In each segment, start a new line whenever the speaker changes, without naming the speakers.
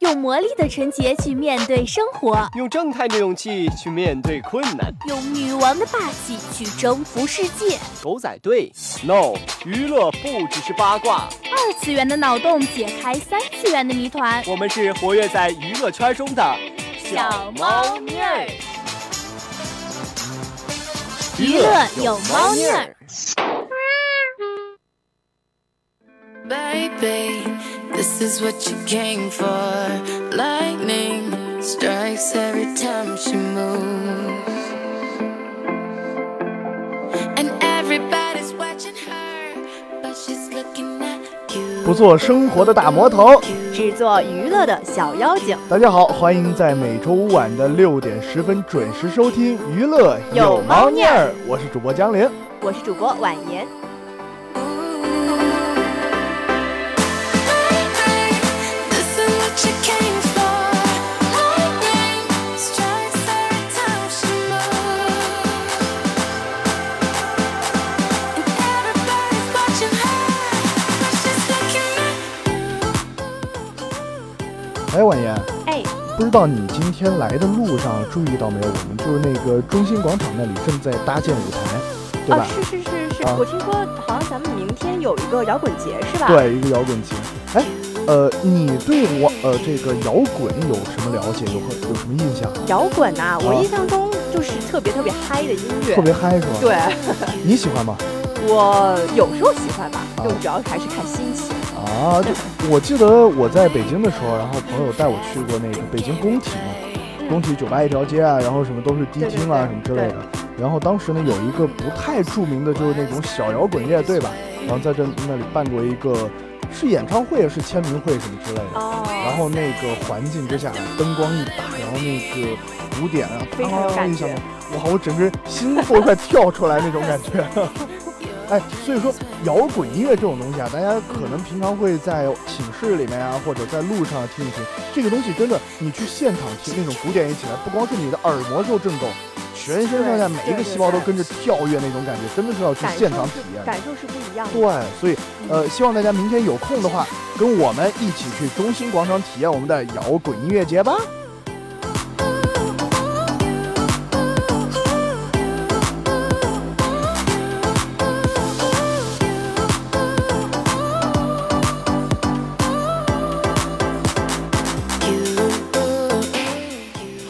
用魔力的纯洁去面对生活，
用正太的勇气去面对困难。
用女王的霸气去征服世界。
狗仔队，no，娱乐不只是八卦，
二次元的脑洞解开三次元的谜团。
我们是活跃在娱乐圈中的
小猫咪儿，
娱
娱
乐
乐
有
有
猫
猫
腻
腻
儿
儿。
Baby, this is what you came for. Lightning strikes every time she moves. And everybody's watching her, but she's looking at you.
不做生活的大魔头。
只做娱乐的小妖精，
大家好，欢迎在每周五晚的六点十分准时收听《娱乐
有猫
腻
腻
儿
儿》，
我是主播江林。
我是主播婉言。
This is what you came for. Lightning strikes every time she moves. And everybody's watching her, but she's looking at you.
哎，婉言，
哎，
不知道你今天来的路上注意到没有？我们就是那个中心广场那里正在搭建舞台，对
哦，
吧？
是是是是，
啊
我听说好像咱们明天有一个摇滚节啊是吧？，
对，一个摇滚节。哎，呃，你对我呃这个摇滚有什么了解？有和有什么印象？
摇滚呐、我
啊
印象中就是特别特别嗨的音乐。
特别嗨是吧？，
对，
你喜欢吗？
我有时候喜欢吧，
啊
就主要还是看心情。
啊，就我记得我在北京的时候，然后朋友带我去过那个北京工体嘛，工体酒吧一条街啊，然后什么都是迪厅啊
对对对
什么之类的。然后当时呢有一个不太著名的，就是那种小摇滚乐队吧，
嗯
然后在这那里办过一个是演唱会是签名会什么之类的。
哦，
然后那个环境之下，灯光一打，然后那个鼓点啊，
非常有
当
感
一下
觉，
哇，我整个心都快跳出来那种感觉。哎，所以说摇滚音乐这种东西啊，大家可能平常会在寝室里面啊，或者在路上听一听。这个东西真的，你去现场听那种鼓点一起来，不光是你的耳膜受震动，全身上下每一个细胞都跟着跳跃那种感觉，真的是要去
感
现
受
场体
是
验的。
感受是不一样的。嗯
对，所以呃，希望大家明天有空的话，跟我们一起去中心广场体验我们的摇滚音乐节吧。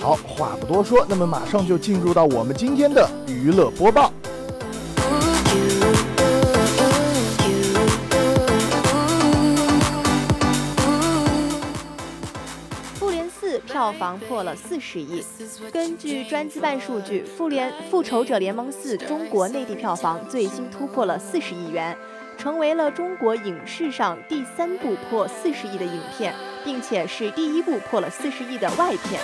好，话不多说，那么马上就进入到我们今天的娱乐播报。
复联四票房破了四十亿。根据专资办数据，《复联复仇者联盟四》中国内地票房最新突破了四十亿元，成为了中国影视上第三部破四十亿的影片，并且是第一部破了四十亿的外片。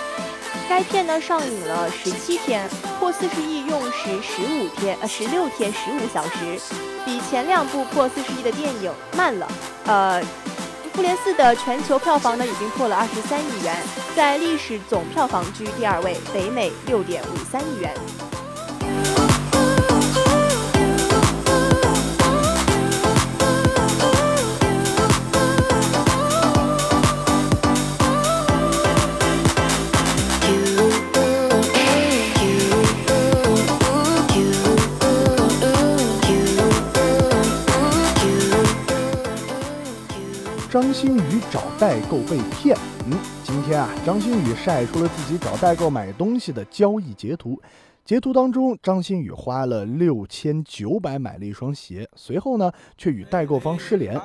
该片呢上映了十七天，破四十亿用时十五天，呃十六天十五小时，比前两部破四十亿的电影慢了。呃，《复联四》的全球票房呢已经破了二十三亿元，在历史总票房居第二位，北美六点五三亿元。
张馨予找代购被骗。嗯，今天啊，张馨予晒出了自己找代购买东西的交易截图。截图当中，张馨予花了六千九百买了一双鞋，随后呢，却与代购方失联。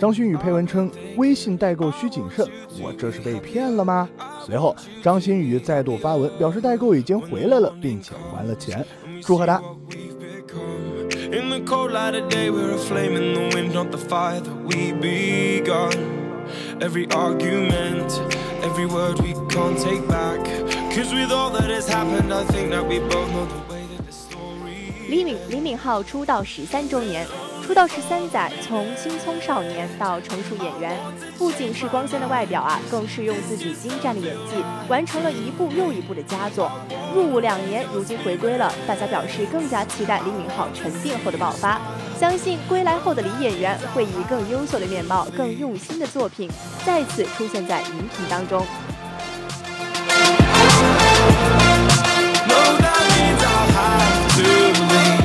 张馨予配文称：“微信代购需谨慎，我这是被骗了吗？”随后，张馨予再度发文表示代购已经回来了，并且还了钱，祝贺她
In the cold light of day, we're a flame in the wind, not the fire that we begun. Every argument, every word we can't take back. Cause with all that has happened, I think that we both know the way that the story
李敏李敏镐出道十三周年，出道十三载，从青葱少年到成熟演员，不仅是光鲜的外表啊，更是用自己精湛的演技，完成了一部又一部的佳作。入伍两年，如今回归了，大家表示更加期待李敏镐沉淀后的爆发。相信归来后的李演员会以更优秀的面貌、更用心的作品，再次出现在荧屏当中。
No, that means I'll have to leave.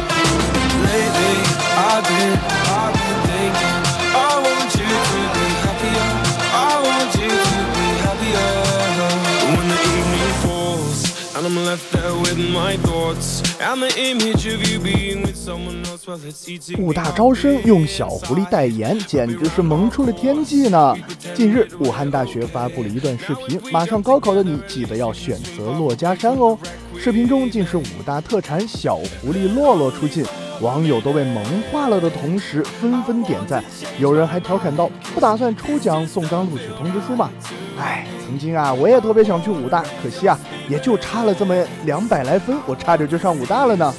Lately, I've been, I've been thinking. I want you to be happier. I want you to be happier. When the evening falls, and I'm left there with my thoughts, and the image of you being with someone else, well, it's eating.
武
me
大
up
招生用小狐狸代言，简直是萌出了天际呢！近日，武汉大学发布了一段视频，马上高考的你记得要选择珞珈山哦。视频中竟是武大特产小狐狸洛洛出镜，网友都被萌化了的同时纷纷点赞，有人还调侃道：“不打算抽奖送张录取通知书吗？”哎，曾经啊，我也特别想去武大，可惜啊，也就差了这么两百来分，我差点就上武大了呢。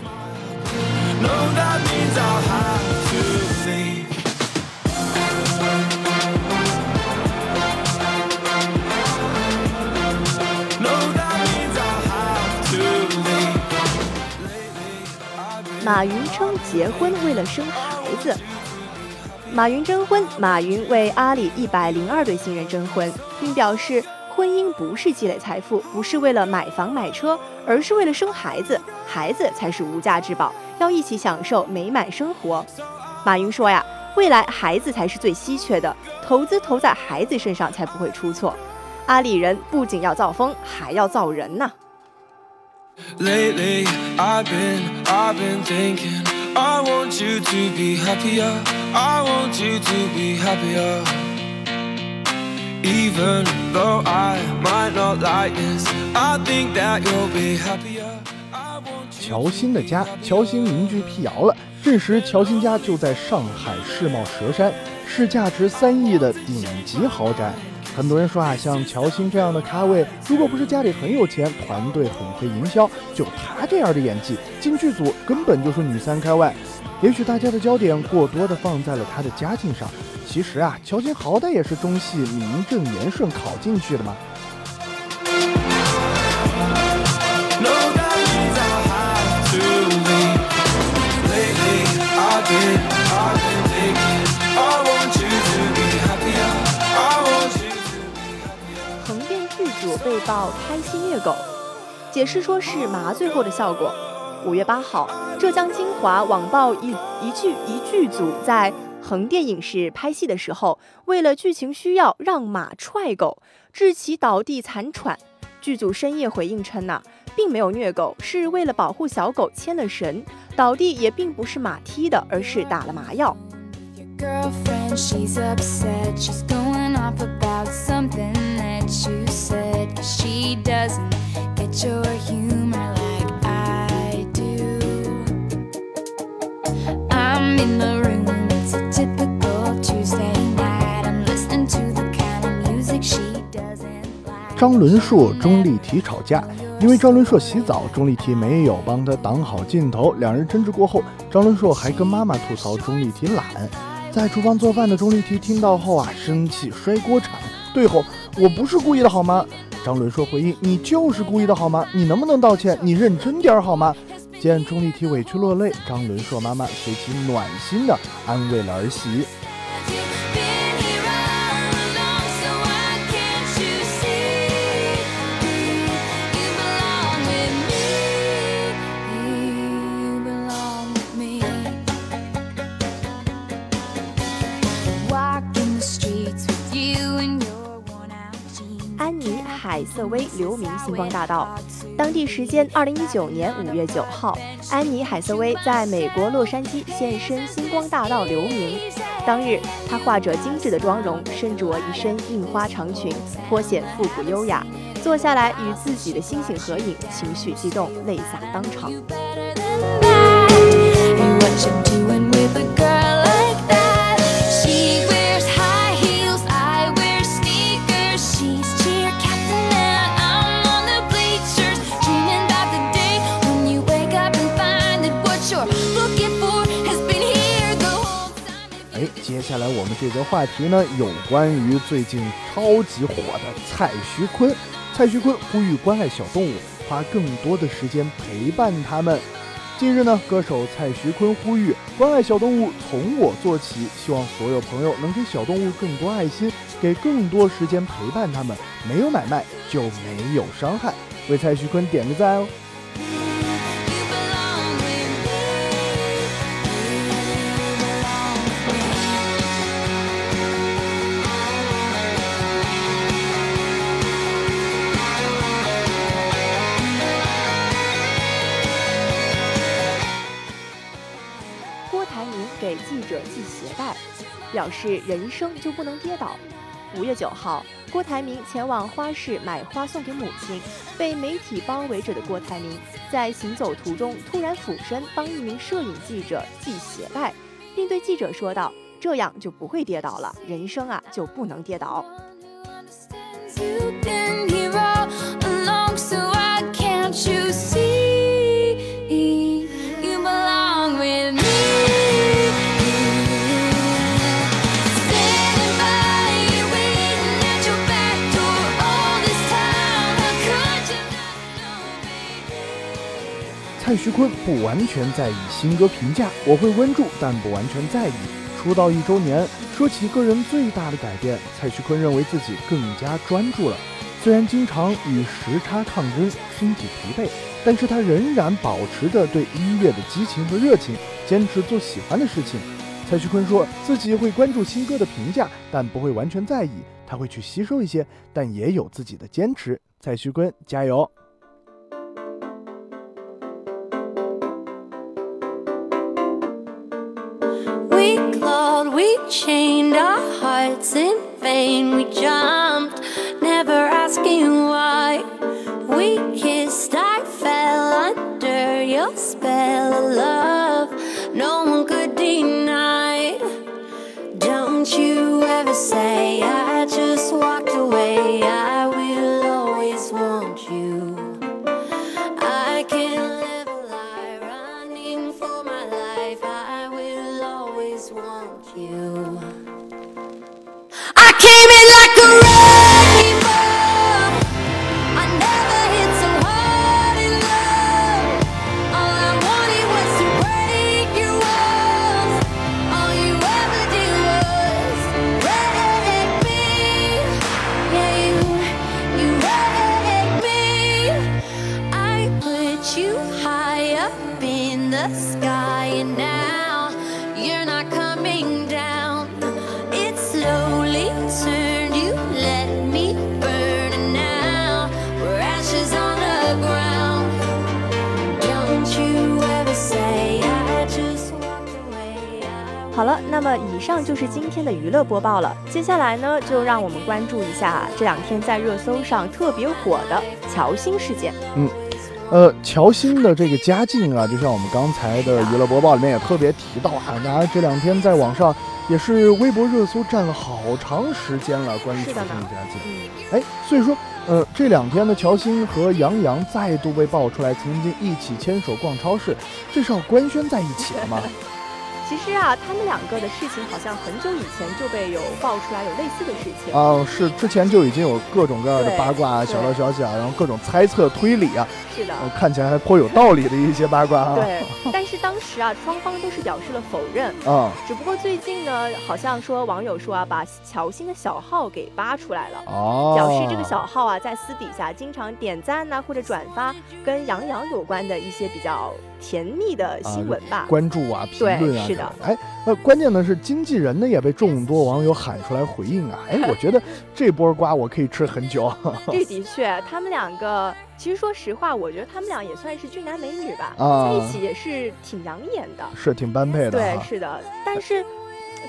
No, that means I'll have to leave. No, that means I'll have to leave.
马云称结婚为了生孩子。马云征婚，马云为阿里一百零二对新人征婚，并表示婚姻不是积累财富，不是为了买房买车，而是为了生孩子，孩子才是无价之宝，要一起享受美满生活。马云说呀，未来孩子才是最稀缺的，投资投在孩子身上才不会出错。阿里人不仅要造风，还要造人呐。
Lately, I've been, I've been thinking. I want you to be happier. I want you to be happier. Even though I might not like this, I think that you'll be happier. I want you
乔欣的家，乔欣邻居辟谣了，证实乔欣家就在上海世贸佘山，是价值三亿的顶级豪宅。很多人说啊，像乔欣这样的咖位，如果不是家里很有钱，团队很会营销，就她这样的演技，进剧组根本就是女三开外。也许大家的焦点过多的放在了她的家境上，其实啊，乔欣好歹也是中戏名正言顺考进去的嘛。
No, that means I'll have to leave. Lately, I've been, I've been thinking. I want you to be happier. I want you to.
横店剧组被曝开心虐狗，解释说是麻醉后的效果。五月八号，浙江金华网曝一一剧一剧组在横店影视拍戏的时候，为了剧情需要让马踹狗，致其倒地残喘。剧组深夜回应称呐、并没有虐狗，是为了保护小狗牵了绳，倒地也并不是马踢的，而是打了麻药。
Your girlfriend, she's upset. She's going off about something that you said. 'Cause she doesn't get your humor like I do. I'm in the room, it's a typical Tuesday night. I'm listening to the kind of music she doesn't like.
张伦硕、钟丽缇吵架，因为张伦硕洗澡，钟丽缇没有帮他挡好镜头，两人争执过后，张伦硕还跟妈妈吐槽钟丽缇懒。在厨房做饭的钟丽缇听到后啊，生气摔锅铲，对吼：“我不是故意的好吗？”张伦硕回应：“你就是故意的好吗？你能不能道歉？你认真点儿好吗？”见钟丽缇委屈落泪，张伦硕妈妈随即暖心的安慰了儿媳。
Have you been here all along? So why can't you see you belong with me? You belong with me. Walking the streets with you in your worn-out jeans.
安妮·海瑟薇留名星光大道。当地时间二零一九年五月九号，安妮·海瑟薇在美国洛杉矶现身星光大道留名。当日，她画着精致的妆容，身着一身印花长裙，颇显复古优雅。坐下来与自己的星星合影，情绪激动，泪洒当场。
better than that. And what you're doing with a girl like that? She wears high heels, I wear sneakers. She's cheer captain and I'm on the bleachers, dreaming about the day when you wake up and find that what you're looking for has been here the whole time.
哎，接下来我们这则话题呢，有关于最近超级火的蔡徐坤。蔡徐坤呼吁关爱小动物，花更多的时间陪伴它们。近日呢，歌手蔡徐坤呼吁关爱小动物，从我做起，希望所有朋友能给小动物更多爱心，给更多时间陪伴它们。没有买卖就没有伤害，为蔡徐坤点个赞哦。
You belong with me. You belong with me.
郭台铭给记者系鞋带，表示人生就不能跌倒。五月九号，郭台铭前往花市买花送给母亲，被媒体包围着的郭台铭在行走途中突然俯身帮一名摄影记者系鞋带，并对记者说道：“这样就不会跌倒了，人生啊就不能跌倒。”
You didn't hear all along, so why can't you see? You belong with me. Standing by you, waiting at your back door all this time. How could you not know, baby?
蔡徐坤不完全在意新歌评价，我会关注，但不完全在意。出道一周年，说起个人最大的改变，蔡徐坤认为自己更加专注了。虽然经常与时差抗争，身体疲惫，但是他仍然保持着对音乐的激情和热情，坚持做喜欢的事情。蔡徐坤说自己会关注新歌的评价，但不会完全在意，他会去吸收一些，但也有自己的坚持。蔡徐坤，加油！
We clawed, we chained our hearts in vain. We jumped, never asking why. We kissed, I fell under your spell of love. No one could deny. Don't you ever say, I just walked away. I will always want you. I can live a lie running for my life. I will always want you. I came in like a rainbow. I never hit so hard in love. All I wanted was to break your walls. All you ever did was let me. Yeah, you, you let me. I put you high up in the sky, and now you're not coming down. It slowly turned, you let me burn, and now we're ashes on the ground. Don't you ever say I just walked away. I
好了，那么以上就是今天的娱乐播报了。接下来呢，就让我们关注一下这两天在热搜上特别火的乔欣事件。
呃，乔欣的这个家境啊，就像我们刚才的娱乐播报里面也特别提到啊，大家这两天在网上也是微博热搜占了好长时间了，关于乔欣
是的呢
的家境。哎，所以说，呃，这两天呢，乔欣和杨洋再度被爆出来曾经一起牵手逛超市，这是要官宣在一起了 吗？
其实啊，他们两个的事情好像很久以前就被有爆出来有类似的事情。
啊，是之前就已经有各种各样的
对
八卦啊，
对
小道消息啊，然后各种猜测推理啊，
是的，
呃看起来还颇有道理的一些八卦啊。
对。但是当时啊，双方都是表示了否认。
啊
只不过最近呢，好像说网友说啊，把乔欣的小号给扒出来了。
哦，
表示这个小号啊，在私底下经常点赞呐、或者转发跟杨洋有关的一些比较甜蜜的新闻吧。
关注啊、评
对
论啊，
是
这种。
的
哎，呃，关键的是经纪人呢也被众多网友喊出来回应 啊。哎，我觉得这波瓜我可以吃很久。啊
这的确，他们两个其实说实话，我觉得他们俩也算是俊男美女吧，
啊
在一起也是挺养眼的。
是挺般配的啊
对，
哈。
是的，但是。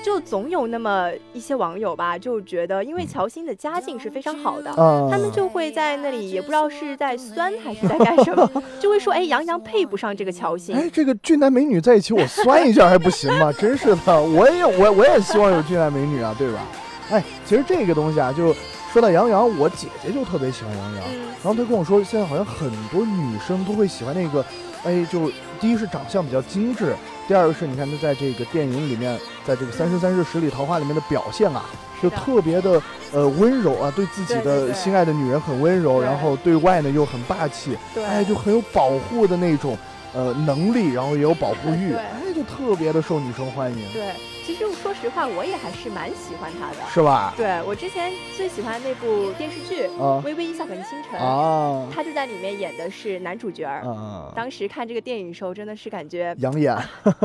就总有那么一些网友吧，就觉得因为
嗯
乔欣的家境是非常好的，
啊，
他们就会在那里也不知道是在酸还是在干什么， 就会说哎，杨洋配不上这个乔欣。
哎，这个俊男美女在一起，我酸一下还不行 吗？真是的，我也我我也希望有俊男美女啊，对吧？哎，其实这个东西啊，就说到杨洋我姐姐就特别喜欢杨洋，
嗯
然后她跟我说，现在好像很多女生都会喜欢那个，哎，就第一是长相比较精致，第二个是你看她在这个电影里面，在这个《三生三世十里桃花》里面的表现啊，
嗯
就特别的呃温柔啊，对自己
对对
的
对
心爱的女人很温柔，
对
然后对外呢又很霸气，
对，
哎，就很有保护的那种。呃能力，然后也有保护欲，
对
哎，就特别的受女生欢迎，
对，其实说实话，我也还是蛮喜欢他的。
是吧？
对我之前最喜欢那部电视剧《
啊
微微一笑很倾城》，
啊，
他就在里面演的是男主角儿。
嗯，
当时看这个电影的时候，真的是感觉
养眼。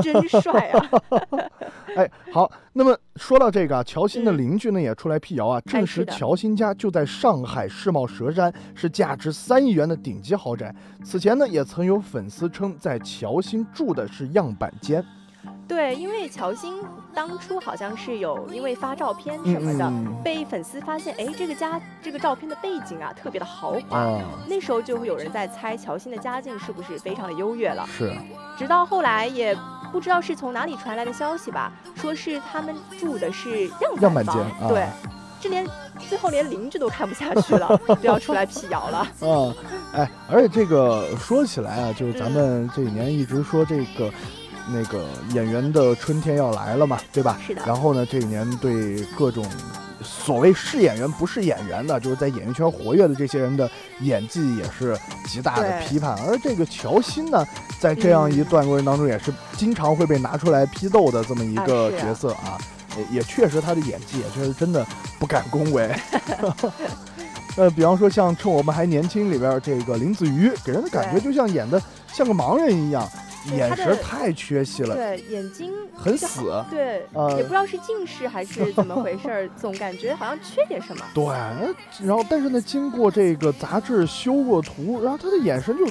真帅啊！
哎，好，那么说到这个啊，乔欣的
嗯哎
邻居呢也出来辟谣啊，证实
是的
乔欣家就在上海世贸佘山，是价值三亿元的顶级豪宅。此前呢，也曾有粉丝称，在乔欣住的是样板间。
对，因为乔欣当初好像是有因为发照片什么的，
嗯嗯嗯
被粉丝发现，哎，这个家这个照片的背景啊，特别的豪华。
啊，
那时候就会有人在猜乔欣的家境是不是非常的优越了。
是，
直到后来也不知道是从哪里传来的消息吧，说是他们住的是样
样板
板
间啊
房，对，这连最后连邻居都看不下 去了，都要出来辟谣了。
嗯，哎，而且这个说起来啊，就是咱们这几年一直说这个。那个演员的春天要来了嘛，对吧？
是的
然后呢，这几年对各种所谓是演员不是演员的，就是在演艺圈活跃的这些人的演技也是极大的
对嗯
批判。而这个乔欣呢，在这样一段过程当中，也是经常会被拿出来批斗的这么一
啊
个
是啊
角色啊。也也确实，她的演技也确实真的不敢恭维。 呃，比方说像《趁我们还年轻》里边儿这个林子瑜，给人的感觉
对
就像演的像个盲人一样，
对
眼
她的
神太缺席了，
对，眼睛
很
就好。
死。
对，
呃
也不知道是近视还是怎么回事儿，总感觉好像缺点什么。
对，然后但是呢，经过这个杂志修过图，然后他的眼神就，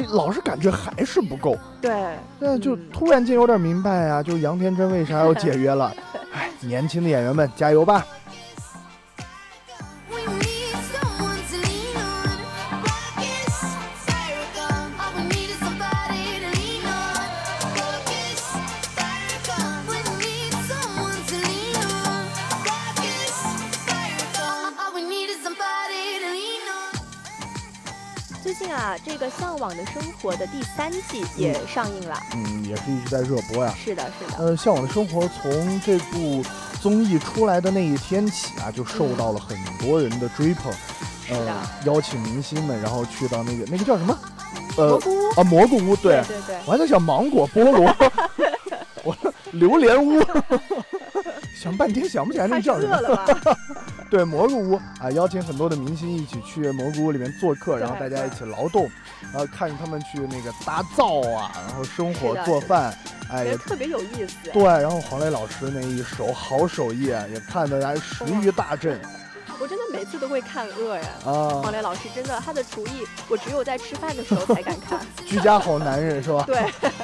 哎，老是感觉还是不够。
对，
那就
嗯
突然间有点明白啊，就杨天真为啥要解约了？ 哎，年轻的演员们加油吧！
We need someone to lean on. Focus, Farrakhan. All we need is somebody to lean on. Focus, Farrakhan. We need someone to lean on. Focus, Farrakhan. All we need is somebody to lean on.
最近啊，这个《向往的生活》的第三季也上映了。
嗯，也是一直在热播呀、
是的，是的，
呃，《向往的生活》从这部综艺出来的那一天起啊，就受到了很多人的追捧，
嗯是
呃
的，
邀请明星们，然后去到那个那个叫什么，
蘑
呃
菇屋。
啊蘑菇屋，对
对对，
我还在想芒果、菠 萝，我说榴莲屋， 想半天想不起来那
他
个叫
是
什么
饿。了吧？
对蘑菇屋啊，邀请很多的明星一起去蘑菇屋里面做客，然后大
对
家一起劳动，然后看着他们去那个搭灶啊，然后生
是
火
的
做
是的
饭， 哎
觉
也
得特别有意思。
对，然后黄磊老师那一手好手艺啊，也看得咱食欲大振
我真的每次都会看饿呀。
啊
黄，磊老师真的，他的厨艺我只有在吃饭的时候才敢 看。
居家好男人是吧？
对，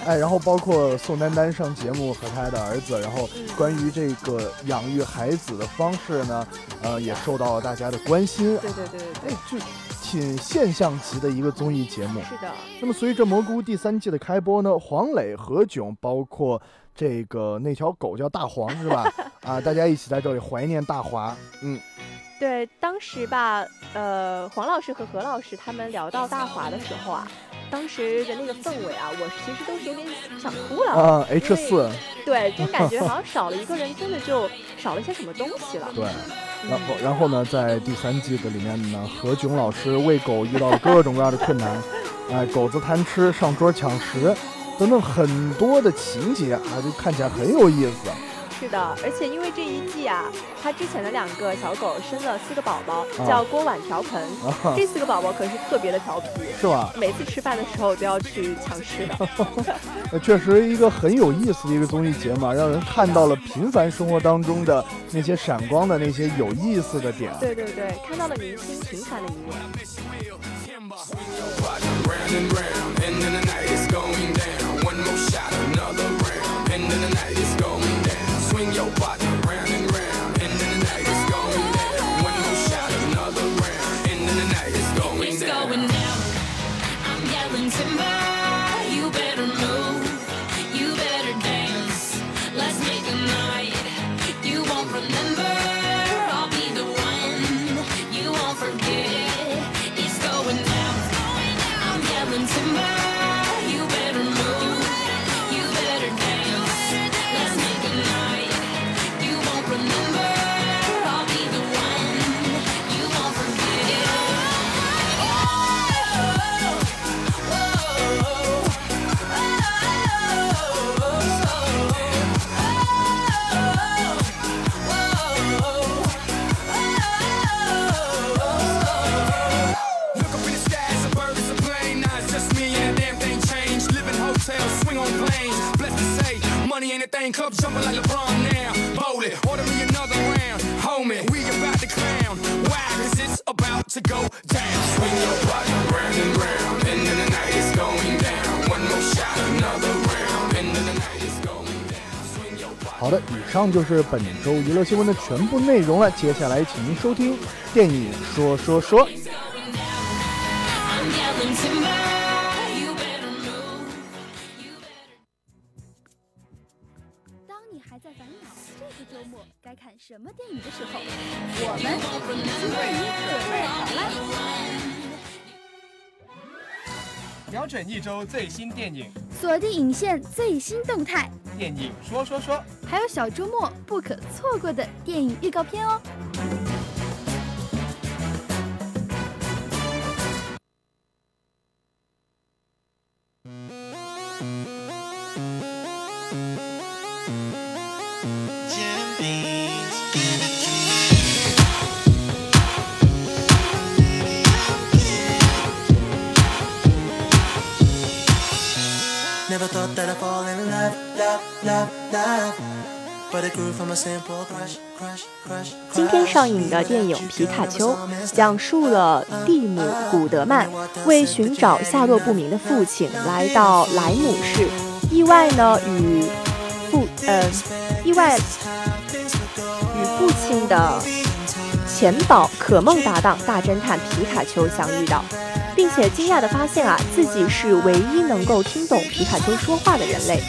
哎，然后包括宋丹丹上节目和她的儿子，然后关于这个养育孩子的方式呢，呃，也受到了大家的关心，
对对对对
哎
对，，
就挺现象级的一个综艺节目。
是的，
那么随着《蘑菇》第三季的开播呢，黄磊、何炅，包括这个那条狗叫大黄是吧？啊，大家一起在这里怀念大华。嗯，
对，当时吧，呃，黄老师和何老师他们聊到大华的时候啊，当时的那个氛围啊，我其实都是有点想哭了。
啊，H 四，
对，真感觉好像少了一个人，真的就少了些什么东西了。
对。然后，然后呢，在第三季的里面呢，何炅老师喂狗遇到了各种各样的困难，哎，狗子贪吃，上桌抢食，等等很多的情节啊，就看起来很有意思。
是的，而且因为这一季啊，他之前的两个小狗生了四个宝宝，
啊
叫锅碗瓢盆，
啊
这四个宝宝可是特别的调皮。
是吧？
每次吃饭的时候都要去抢吃 的，
呃确实一个很有意思的一个综艺节目，啊，让人看到了平凡生活当中的那些闪光的那些有意思的点。
对对对，看到了明星平凡的一面。
Round and round, and then the night is going down. One more shot, another round, and then the night is going down. Swing your body round and round, and then the night is going down. One more shot, another round, and then the night is going
It's
down.
going down. I'm yelling timber. You better move. You better dance. Let's make a night. You won't remember. I'll be the one. You won't forget. It's going down. I'm yelling timber. You better move. You better dance. Let's make a night. You won't remember. I'll be the one. You won't forget. Oh, oh, oh, oh, oh,
Stanley Cup jumping like LeBron now. Bowl it, order me another round. Homie, we about to clown. Why? Cause it's about to go down. Swing your body round and round. End of the night is going down. One more shot, another round. End of the night is going down. Swing your body.
好的，以上就是本周娱乐新闻的全部内容了。接下来，请您收听电影说说说。
I'm yelling timber, you better move. You better
当你还在烦恼这个周末该看什么电影的时候，我们已经为你准备好了。
瞄准一周最新电影，
锁定影线最新动态，
电影说说说。
还有小周末不可错过的电影预告片哦。
Never thought that I'd fall in love, love, love, love. But it grew from a simple crush, crush, crush.
今天上映的电影《皮卡丘》讲述了蒂姆·古德曼为寻找下落不明的父亲来到莱姆市，意外呢与父呃意外与父亲的钱宝可梦搭档大侦探皮卡丘相遇到，并且惊讶地发现啊自己是唯一能够听懂皮卡丘说话的人类。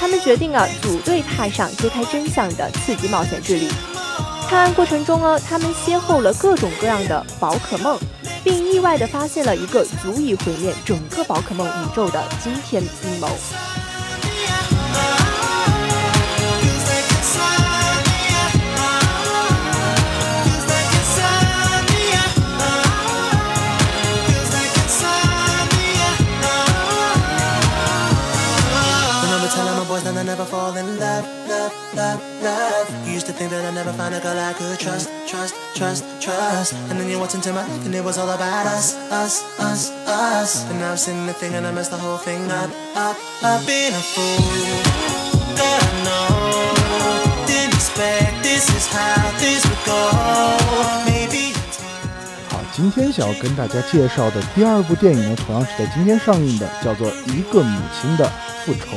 他们决定啊组队踏上揭开真相的刺激冒险之旅。探案过程中呢，他们邂逅了各种各样的宝可梦，并意外地发现了一个足以毁灭整个宝可梦宇宙的惊天阴谋。
Remember telling my boys that I never fall in love, love, love, love. You used to think that I'd never find a girl I could trust, trust, trust, trust. And then you walked into my life and it was all about us, us, us, us. And now I'm sitting there thinking I messed the whole thing up, up, up. Being a fool that I know. Didn't expect this is how this would go. Maybe in time.
好，今天想要跟大家介绍的第二部电影呢，同样是在今天上映的，叫做《一个母亲的复仇》。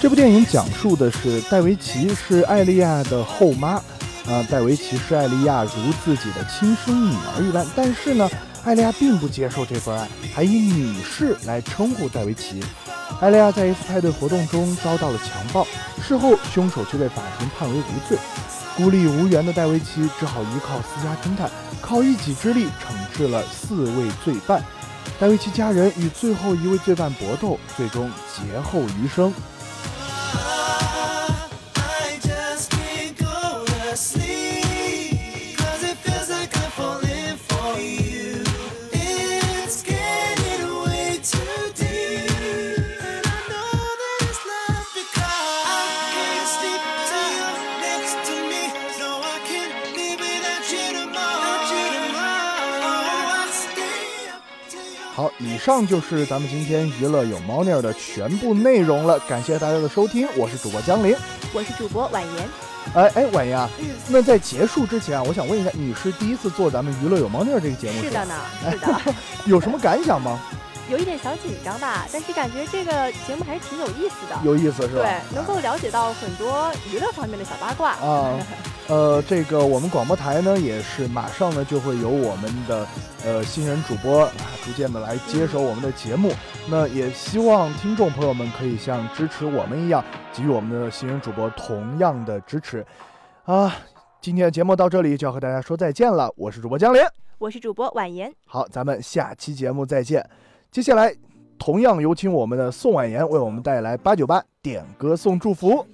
这部电影讲述的是戴维奇是艾莉亚的后妈，啊、戴维奇视艾莉亚如自己的亲生女儿一般，但是呢，艾莉亚并不接受这份爱，还以女士来称呼戴维奇。艾莉亚在一次派对活动中遭到了强暴，事后凶手却被法庭判为无罪。孤立无援的戴维奇只好依靠私家侦探，靠一己之力惩治了四位罪犯。戴维奇家人与最后一位罪犯搏斗，最终劫后余生。
I just can't go to sleep 'cause it feels like I'm falling for you. It's getting way too deep, and I know that it's love because I can't sleep till you're next to me. No, I can't live without you tomorrow. Oh, I stay up till you.
好，以上就是咱们今天娱乐有猫腻儿的全部内容了，感谢大家的收听，我是主播江林。
我是主播婉言，
哎哎，婉言啊，那在结束之前啊，我想问一下，你是第一次做咱们娱乐有猫腻儿这个节目
是
吧
的呢，是的，
有什么感想吗？
有一点小紧张吧，但是感觉这个节目还是挺有意思的，
有意思是吧？
对，能够了解到很多娱乐方面的小八卦
啊，呃，这个我们广播台呢也是马上呢就会有我们的呃新人主播啊逐渐的来接手我们的节目。那也希望听众朋友们可以像支持我们一样，给予我们的新人主播同样的支持啊。今天的节目到这里就要和大家说再见了，我是主播江林。
我是主播婉言，
好，咱们下期节目再见。接下来同样有请我们的宋婉言为我们带来八九八点歌送祝福。